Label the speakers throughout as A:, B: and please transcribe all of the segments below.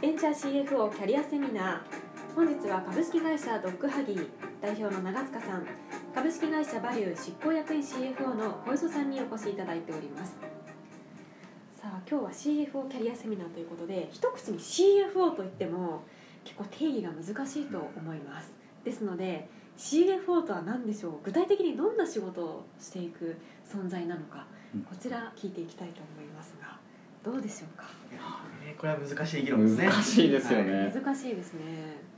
A: ベンチャー CFO キャリアセミナー本日は株式会社ドッグハギー代表の長塚さん株式会社バリュー執行役員 CFO の小磯さんにお越しいただいておりますさあ今日は CFO キャリアセミナーということで一口に CFO といっても結構定義が難しいと思いますですので CFO とは何でしょう具体的にどんな仕事をしていく存在なのか
B: うん
A: こちら聞いていきたいと思いますがどうでしょうか
C: えーこれは難しい議論ですね
B: 難しいですよね、
C: は
A: 難しいですね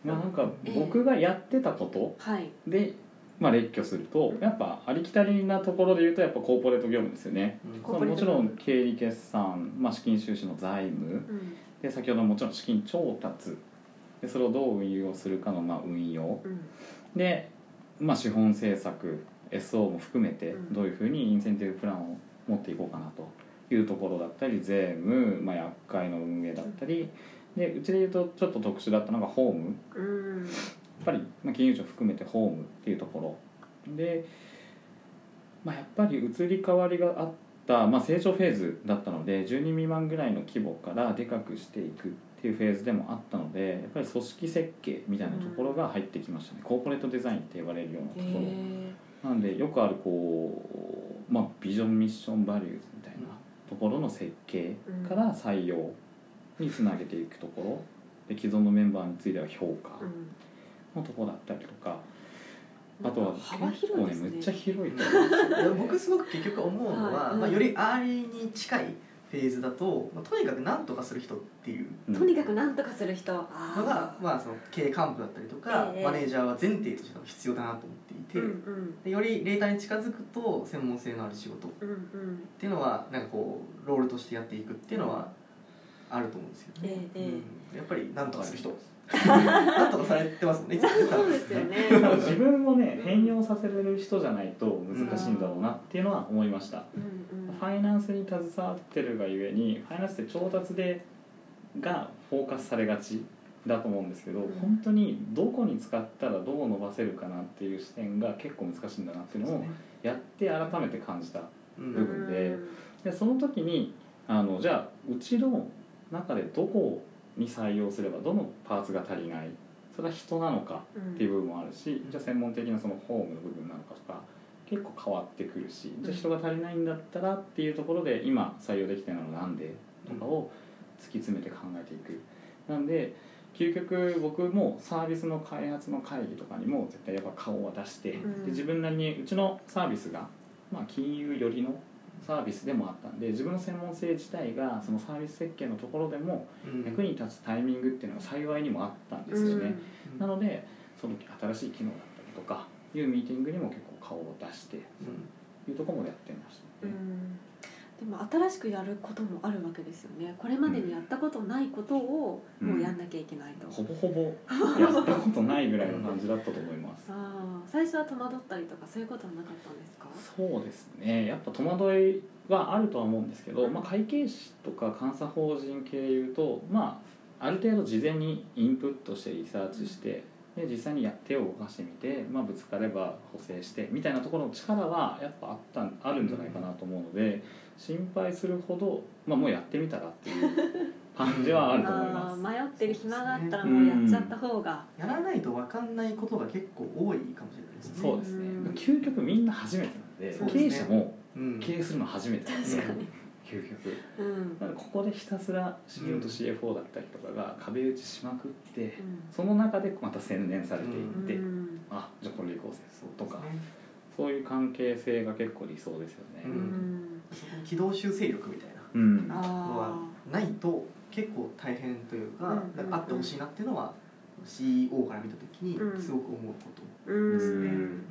B: まあなんか僕がやってたこと
A: はい
B: で、まあ、列挙するとやっぱありきたりなところで言うとやっぱコーポレート業務ですよね
C: うん
A: こ
B: そのもちろん経理決算、まあ、資金収支の財務
A: うん
B: で先ほどのもちろん資金調達でそれをどう運用するかのまあ運用
A: うん
B: で、まあ、資本政策 SO も含めて
A: うん
B: どういうふうにインセンティブプランを持っていこうかなというところだったり税務、まあ、薬会の運営だったりでうちで言うとちょっと特殊だったのがホーム
A: うん
B: やっぱりまあ金融庁含めてホームっていうところで、まあ、やっぱり移り変わりがあった、まあ、成長フェーズだったので10人未満ぐらいの規模からでかくしていくっていうフェーズでもあったのでやっぱり組織設計みたいなところが入ってきましたね、コーポレートデザインって呼ばれるような
A: へ
B: ところ
A: え
B: なんでよくあるこう、まあ、ビジョンミッションバリューズみたいなところの設計から採用につなげていくところで既存のメンバーについては評価、
A: うん
B: のとこだったりとかあ
A: なんか
B: とは
A: 幅
B: 結
A: 広
B: 構
A: い
B: ね
A: ですね
B: むっちゃ広いと思う
C: 僕すごく結局思うのは、
A: はいうん
C: まあ、よりアーリーに近いフェーズだと、まあ、とにかく何とかする人っていう
B: うん
A: とにかくなんとかする人あ
C: のが、まあ、その経営幹部だったりとか、
A: ええ
C: マネージャーは前提として必要だなと思ってい
A: ー
C: て、
A: うんうん
C: でよりレーターに近づくと専門性のある仕事っ
A: うんうん
C: ていうのはなんかこうロールとしてやっていくっていうのはあると思うんですよね、
A: えええ
C: うんやっぱり何とかす る人何とかされてますもんねいつも言ってた
A: そうですよね
B: 自分をね変容させれる人じゃないと難しいんだろうなっていうのは思いました、
A: うんうん
B: ファイナンスに携わってるがゆえにファイナンスって調達でがフォーカスされがちだと思うんですけど、
A: うん
B: 本当にどこに使ったらどう伸ばせるかなっていう視点が結構難しいんだなっていうのをやって改めて感じた
C: う
B: 部
C: ん
B: 分ででその時にあのじゃあうちの中でどこに採用すればどのパーツが足りないそれは人なのか
A: うん
B: っていう部分もあるし
C: うん
B: じゃあ専門的なそのホームの部分なのかとか結構変わってくるしじゃあ人が足りないんだったらっていうところで今採用できてるのはなんでとかを突き詰めて考えていく。なんで究極僕もサービスの開発の会議とかにも絶対やっぱ顔は出して、
A: うん
B: で自分なりにうちのサービスが、まあ、金融寄りのサービスでもあったんで自分の専門性自体がそのサービス設計のところでも
C: うん
B: 役に立つタイミングっていうのが幸いにもあったんですよね、なのでその新しい機能だったりとかいうミーティングにも結構顔を出して
C: うん
B: いうところもやってました
A: う
B: ね、
A: んでも新しくやることもあるわけですよねこれまでにやったことないことを
B: うん
A: もうやんなきゃいけないと、
B: ほぼほぼやったことないぐらいの感じだったと思います
A: ああ最初は戸惑ったりとかそういうことはなかったんですか
B: そうですねやっぱ戸惑いはあるとは思うんですけど、
A: うん
B: まあ、会計士とか監査法人系でいうと、まあ、ある程度事前にインプットしてリサーチしてで実際にや手を動かしてみて、まあ、ぶつかれば補正してみたいなところの力はやっぱあったんあるんじゃないかなと思うので心配するほど、まあ、もうやってみたらっていう感じはあると思いま
A: あ
B: す。
A: ー迷ってる暇があったらもうやっちゃった方が、
C: やらないと分かんないことが結構多いかもしれないですね
B: そうですね
A: うん
B: 究極みんな初めてなんで
C: そうです
B: 経
C: ね
B: 営者も
C: うん
B: 経営するの初めてなんで
C: 確か
A: に
B: 究極
A: うん
B: なんかここでひたすら CO と CFO だったりとかが壁打ちしまくって、
A: う
B: その中でまた洗練されていっ
A: ん
B: て、
A: うん
B: あじゃあこれでいこうぜとか
C: そうですね
B: そういう関係性が結構理想ですよね
C: う
A: うんん、
C: そこに軌道修正力みたい
B: うん
C: な
A: あー
C: のはないと結構大変という
A: う
C: か,、
A: んうんうん
C: あってほしいなっていうのは CEO から見た時に
A: うん
C: すごく思うこと
A: うん
C: ですね、
B: うん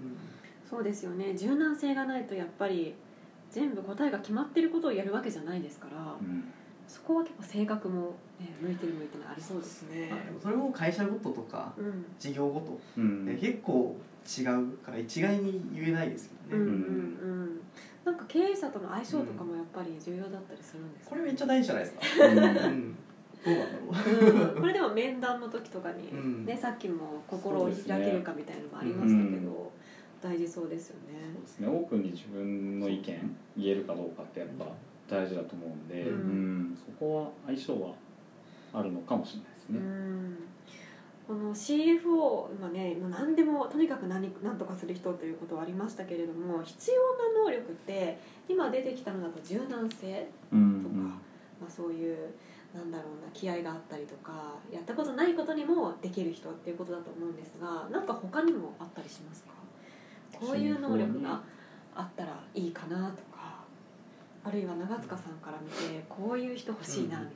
A: そうですよね柔軟性がないとやっぱり全部答えが決まってることをやるわけじゃないですから
B: うん
A: そこは結構性格も、ね、向いてる向いてないありそうですね
C: まあでもそれも会社ごととか
A: うん
C: 事業ごと
B: うん
C: で結構違うから一概に言えないですけ
A: う
C: ど
A: ん
C: ね、
A: うんうんなんか経営者との相性とかもやっぱり重要だったりするんです
C: こ
A: か
C: れめっちゃ大事じゃないですか、
B: う
C: うんん、どうなんだろう
A: うんこれでも面談の時とかに、
C: うん
A: ね、さっきも心を開けるかみたいなのもありましたけど、大事そうですよ
B: そ
A: ね
B: う。ですねオープンに自分の意見言えるかどうかってやっぱ大事だと思うんで、
C: うん
B: うんそこは相性はあるのかもしれないです
A: う
B: ね。
A: んこの CFO 今ねもう何でもとにかく何何とかする人ということはありましたけれども必要な能力って今出てきたのだと柔軟性、
B: うん
A: まあ、そういうなんだろうな気合があったりとかやったことないことにもできる人っていうことだと思うんですがなんか他にもあったりしますかこういう能力があったらいいかなとかあるいは長塚さんから見てこういう人欲しいなみたいな。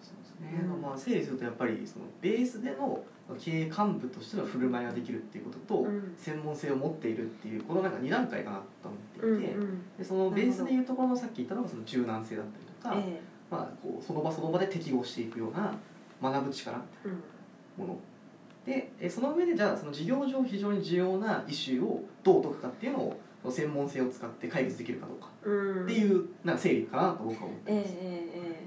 C: そうですね、まあ、整理するとやっぱりそのベースでの経営幹部としての振る舞いができるっていうことと、
A: うん
C: 専門性を持っているっていうこのなんか2段階かなと思っていて、
A: うんうん
C: でそのベースでいうところのさっき言ったのがその柔軟性だったりとか、
A: え
C: まあ、こうその場その場で適合していくような学ぶ力
A: えうん
C: ものでえその上でじゃあその事業上非常に重要なイシューをどう解くかっていうのをその専門性を使って解決できるかどうか
A: うん
C: っていうなんか整理かなと僕は思って
A: ええ
C: ます、
A: ええ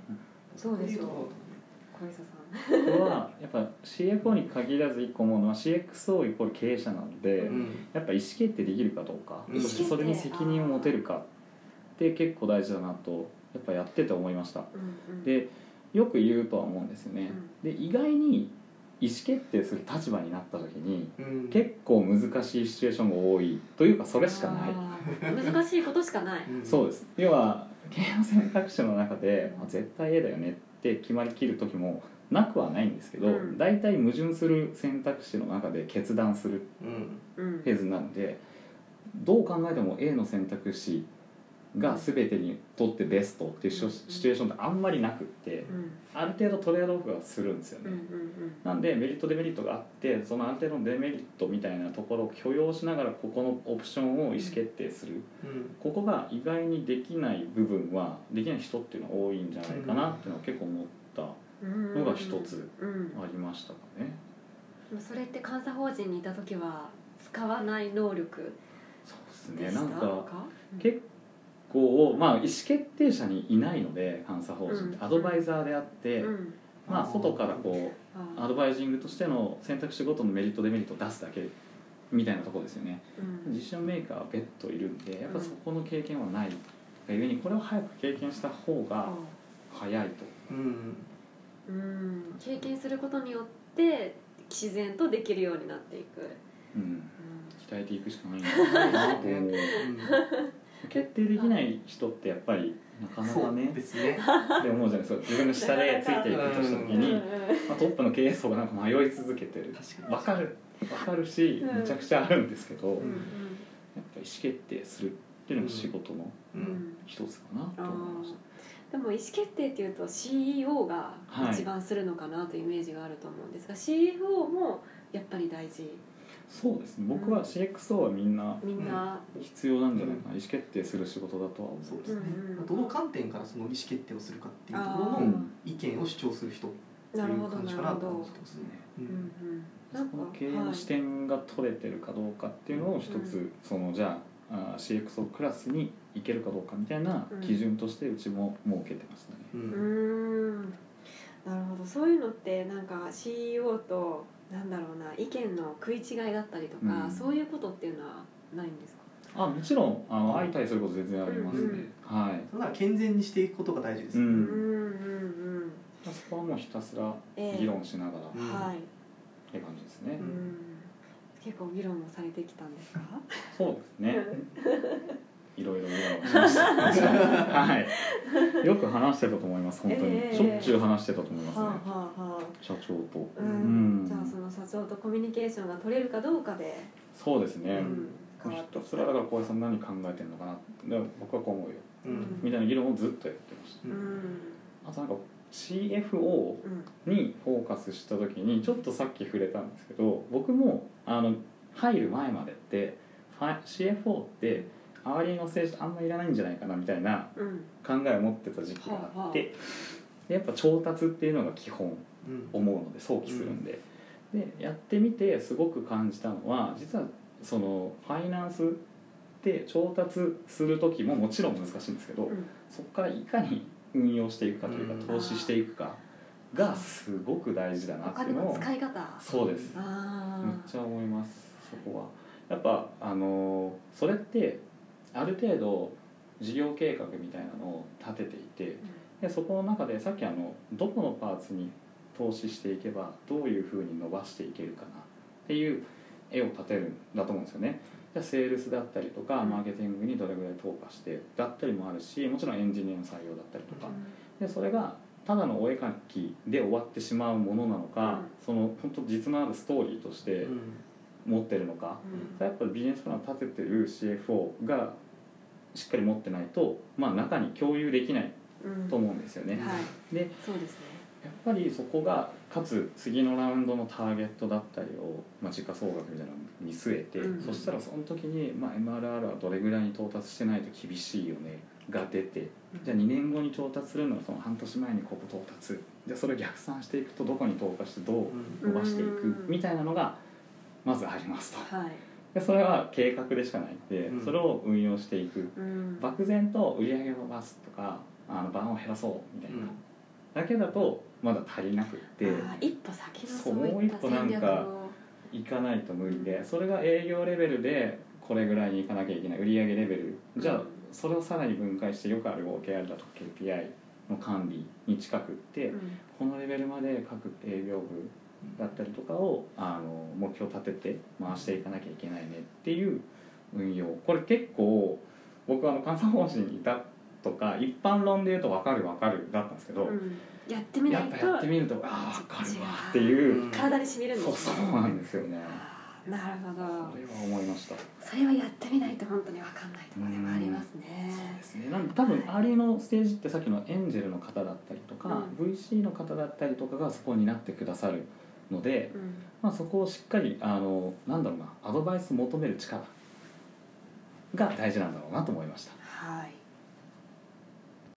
A: そうですよ
C: こいところだ
A: 小磯さん
C: と思い
B: うん僕はやっぱ CFO に限らず一個思うのは CXO イコール経営者なので、
C: ますうん
B: やっぱ意思決定できるかどうか
C: 意
B: そ
C: 思
B: し
C: 決
B: て
C: 定
B: それに責任を持てるかって結構大事だなとやっぱやってて思いました
A: うんうん
B: でよく言うとは思うんですよねで意外に意思決定する立場になった時に
C: うん
B: 結構難しいシチュエーションが多いというかそれしかない
A: あー難しいことしかない
B: そう
C: で
B: です要は経営の選択肢の中でまあ絶対 A だよねって決まりきる時もなくはないんですけど、
A: うん
B: 大体矛盾する選択肢の中で決断する
C: す、うん
A: うん
B: フェーズなのでどう考えても A の選択肢が全てにとってベストっていうシチュシチュエーションってあんまりなくって
A: うん
B: ある程度トレードオフがするんですよ
A: う
B: ね。
A: んうん
B: なんでメリットデメリットがあってそのある程度のデメリットみたいなところを許容しながらここのオプションを意思決定する
C: うん
B: ここが意外にできない部分はできない人っていうのは多いんじゃないかなっていうのは結構思った
A: うん
B: のが一つ
A: うん
B: ありましたかね。
A: でもそれって監査法人にいた時は使わない能力
B: そうで
A: です
B: ね
A: した
B: なんか
A: うん
B: 結構まあ意思決定者にいないので監査法人って
A: うん
B: アドバイザーであって、
A: うん
B: まあ、外からこうア
A: あ
B: ドバイジングとしての選択肢ごとのメリットデメリットを出すだけみたいなところですよね
A: ーうん
B: 実証メーカーは別途いるんでやっぱ
A: うん
B: そこの経験はないがゆえにこれを早く経験した方が早いと
C: うん
A: うん経験することによって自然とできるようになっていく、
B: うん
A: うん
B: 鍛えていくしかないん じゃないかなと思う決定できない人ってやっぱりなか
C: うん、
B: なか
C: そ
B: ね
C: うですね
B: って思うじゃないですか自分の下でついていくとした時
C: うん
B: に、まあ、トップの経営層がなんか迷い続けてる
C: 確
B: わかるわかるし
A: うん
B: めちゃくちゃあるんですけど、
A: うん
B: やっ
A: うん
B: ぱ意思決定するっていうのが仕事の
C: う
A: うんん
B: 一つかなと
A: あ
B: 思いまし
A: ーでも意思決定っていうと CEO が
B: はい
A: 一番するのかなというイメージがあると思うんですが、CFO もやっぱり大事
B: たそうですね僕は CXO はみんな
A: みんな、
B: 必要なんじゃないかな、意思決定する仕事だとは思
C: そうで
A: う
C: す
A: ん
C: ね、
A: うん
C: どの観点からその意思決定をするかっていうところ
A: あー
B: う
C: の
B: ん
C: 意見を主張する人ってい
A: なるほ
C: う
A: ど
C: 感じ
A: な
C: か
A: る
C: な
A: ほ
C: と思
A: ど
C: っ、てます
B: そ
C: ね
B: うですね
C: う
A: うん
C: ん
A: うん、なんか
B: この経営の視
A: はい
B: 点が取れてるかどうかっていうのを一つ、
A: うん
B: そのじゃああー CXO クラスに行けるかどうかみたいな基準としてうちも設けてましたね、
C: う
A: うんーんなるほどそういうのってなんか CEO となんだろうな意見の食い違いだったりとか、
B: うん
A: そういうことっていうのはないんですか
B: あもちろんあの相対すること全然あります
A: う
B: ね、
A: ん
B: はい
C: それなら健全にしていくことが大事です、
B: うん
A: うんうんうん
B: そこはもうひたすら
A: ええ
B: 議論しながらっ
C: うん
A: はい、
B: て感じですね、
A: う
C: うん
A: ん、結構議論もされてきたんですか
B: そうですねいろいろ議論しましたはいよく話してたと思います本当に、
A: ええ
B: しょっちゅう話してたと思いますね
A: は、あはあはあ
B: 社長と
A: う
B: うん
A: ん、じゃあその社長とコミュニケーションが取れるかどうかで、
B: そうですね、
A: う
C: うん
A: ん、
B: そ
A: 変
B: れ
A: わってきた
B: はだから小林さん何考えてんのかなってでも僕はこう思うよ
C: うん
B: みたいな議論をずっとやってまし
A: うん
B: たあとなんか CFO
A: うん
B: にフォーカスした時にちょっとさっき触れたんですけど僕もあの入る前までってファ CFO って周りの政治あんまいらないんじゃないかなみたいな
A: うん
B: 考えを持ってた時期があっ
A: は
B: てでやっぱ調達っていうのが基本
C: うん
B: 思うので想起するんで,、でやってみてすごく感じたのは実はそのファイナンスって調達する時ももちろん難しいんですけど、
A: うん
B: そこからいかに運用していくかというか、
C: うん
B: 投資していくかがすごく大事だな
A: お
B: って
A: 金
B: いうの
A: の
B: を
A: 使い方あ
B: そうですめっ
A: あ
B: ちゃ思いますそこはやっぱあのーそれってある程度事業計画みたいなのを立てていて
A: ー、
B: でそこの中でさっきあのどこのパーツに投資していけばどういうふうに伸ばしていけるかなっていう絵を立てるんだと思うんですよね。じゃあセールスだったりとか
A: うん
B: マーケティングにどれぐらい投下してだったりもあるしもちろんエンジニアの採用だったりとかでそれがただのお絵描きで終わってしまうものなの
A: う
B: か、
A: ん
B: その本当実のあるストーリーとして持ってるのか、
A: うん
B: やっぱりビジネスプラン立ててる CFO がしっかり持ってないと、まあ、中に共有できない
A: うん
B: と思うんですよね。
A: はい
B: で
A: そうですね
B: やっぱりそこがかつ次のラウンドのターゲットだったりを、まあ、時価総額みたいなのを見据えて、
A: うん
B: そしたらその時に、まあ、MRR はどれぐらいに到達してないと厳しいよねが出てじゃあ2年後に到達するのはその半年前にここ到達じゃあそれを逆算していくとどこに投下してどう伸ばしていく
A: うん
B: みたいなのがまずありますと
A: はい
B: でそれは計画でしかないんで、
C: うん
B: それを運用していく
A: うん
B: 漠然と売り上げを伸ばすとかあの番を減らそうみたいな、だけだとまだ足りなくって
A: あー一歩先の
B: そ
A: そうういった戦
B: もう一歩なん
A: 略
B: か
A: を
B: いかないと無理でそれが営業レベルでこれぐらいにいかなきゃいけない売上レベルじゃあそれをさらに分解してよくある OKR だとか KPI の管理に近くって、
A: うん
B: このレベルまで各営業部だったりとかをあの目標立てて回していかなきゃいけないねっていう運用これ結構僕はあの監査方針にいたとか一般論で言うと分かる分かるだったんですけど、
A: うんやってみな
B: や
A: い
B: っぱ
A: と
B: やってみるとああ分かるわって
C: う、
B: いうん
A: 体にしみるん
B: そう
A: です
B: そ
A: ね
B: うなんですよね
A: あーなるほ
B: それ
A: ど
B: は思いました
A: それはやってみないと本当にわかんないところでもありますね
B: ですねなんで多分アーリーのステージってさっきのエンジェルの方だったりとか、VC の方だったりとかがそこになってくださるので、
A: うん
B: まあ、そこをしっかりあのなんだろうなアドバイス求める力が大事なんだろうなと思いました
A: はい